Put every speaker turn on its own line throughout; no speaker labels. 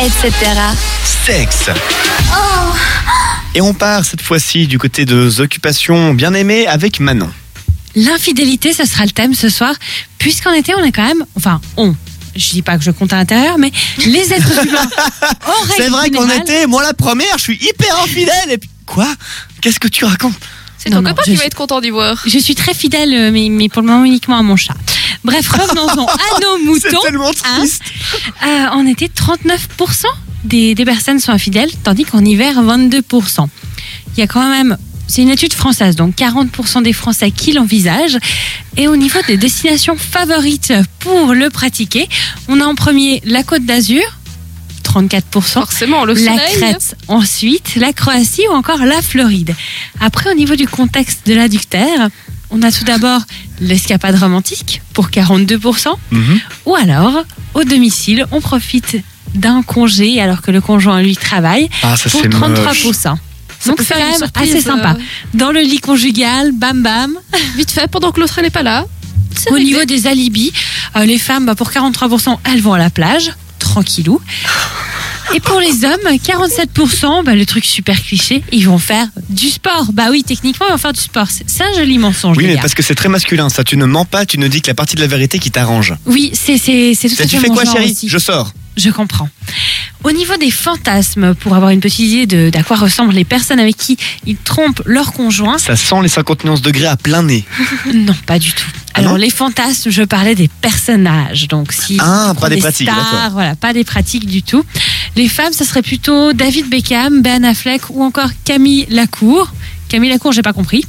etc.
Sexe. Et on part cette fois-ci du côté de occupations bien aimées avec Manon.
L'infidélité, ce sera le thème ce soir, puisqu'en été, on a quand même, enfin, on. Je dis pas que je compte à l'intérieur, mais les êtres humains. en règle
C'est vrai qu'en
générale-
été, moi la première, je suis hyper infidèle. Et puis, quoi Qu'est-ce que tu racontes
C'est
Non,
ton
non,
copain
je
qui va
suis-
être content d'y voir.
Je suis très fidèle, euh, mais, mais pour le moment uniquement à mon chat. Bref, revenons-en à nos
C'est
moutons.
tellement triste.
Euh, en été, 39% des, des personnes sont infidèles, tandis qu'en hiver, 22%. Il y a quand même, c'est une étude française, donc 40% des Français qui l'envisagent. Et au niveau des destinations favorites pour le pratiquer, on a en premier la Côte d'Azur, 34%.
Forcément, le
La
soleil.
Crète ensuite, la Croatie ou encore la Floride. Après, au niveau du contexte de l'adducteur, on a tout d'abord l'escapade romantique pour 42%.
Mhm.
Ou alors, au domicile, on profite d'un congé alors que le conjoint lui travaille
Ah, ça
pour
c'est moche.
33%.
Ça
Donc
peut
c'est
faire
quand
une
même
surprise,
assez sympa.
euh.
Dans le lit conjugal, bam bam.
euh, vite fait, pendant que l'autre elle n'est pas là. C'est
Au
réglé.
niveau des alibis, euh, les femmes, bah, pour 43%, elles vont à la plage, tranquillou. Et pour les hommes, 47%, bah, le truc super cliché, ils vont faire du sport. Bah oui, techniquement, ils vont faire du sport. C'est c'est un joli mensonge,
Oui,
les
mais
gars.
parce que c'est très masculin. Ça, tu ne mens pas, tu ne dis que la partie de la vérité qui t'arrange.
Oui, c'est c'est- c'est tout
Ça,
à fait
tu fais
mon
quoi,
genre
chérie
aussi.
Je sors.
Je comprends. Au niveau des fantasmes, pour avoir une petite idée de- d'à quoi ressemblent les personnes avec qui ils trompent leur conjoint,
Ça sent les 59 degrés à plein nez.
non, pas du tout.
Ah
Alors
non
les fantasmes, je parlais des personnages, donc si
Ah, pas
prend
des pratiques,
stars,
d'accord.
voilà, pas des pratiques du tout. Les femmes, ça serait plutôt David Beckham, Ben Affleck ou encore Camille Lacour. Camille Lacour, j'ai pas compris.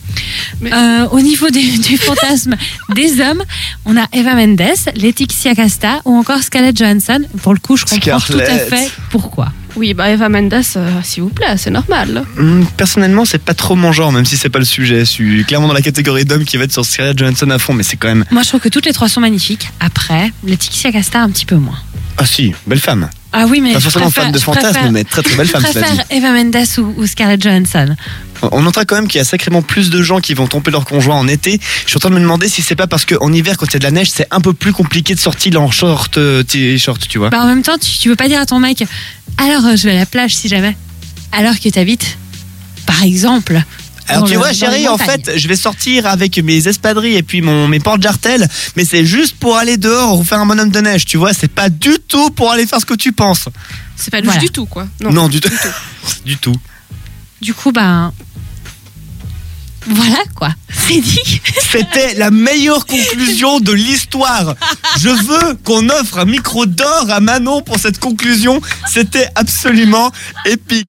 Mais-
Euh, au niveau du, du fantasme des hommes, on a Eva Mendes, Laetitia Casta ou encore Scarlett Johansson. Pour le coup, je comprends tout à
Scarlett.
fait pourquoi.
Oui, bah Eva Mendes, euh, s'il vous plaît, c'est normal.
Hum, personnellement, c'est pas trop mon genre, même si c'est pas le sujet. Je suis clairement dans la catégorie d'hommes qui va être sur Scarlett Johansson à fond, mais c'est quand même.
Moi, je trouve que toutes les trois sont magnifiques. Après, Laetitia Casta, un petit peu moins.
Ah si, belle femme.
Ah oui, mais
Pas
je
forcément
préfère-
fan de
je
fantasme,
préfère-
mais très très belle
Je
femme, cela dit.
préfère Eva Mendes ou, ou Scarlett Johansson.
On notera quand même qu'il y a sacrément plus de gens qui vont tromper leur conjoint en été. Je suis en train de me demander si c'est pas parce qu'en hiver, quand il y a de la neige, c'est un peu plus compliqué de sortir en short, euh, t-shirt, tu vois.
Bah, en même temps, tu, tu veux pas dire à ton mec, alors euh, je vais à la plage si jamais. Alors que t'habites, par exemple.
Alors
dans
tu
le-
vois,
dans les
chérie, en
montagnes.
fait, je vais sortir avec mes espadrilles et puis mon, mes portes-jartelles, mais c'est juste pour aller dehors ou faire un bonhomme de neige, tu vois. C'est pas du tout pour aller faire ce que tu penses.
C'est pas louche
Voilà.
du tout, quoi.
Non, du tout. du tout.
Du coup, ben. Voilà quoi, c'est dit.
C'était la meilleure conclusion de l'histoire. Je veux qu'on offre un micro d'or à Manon pour cette conclusion. C'était absolument épique.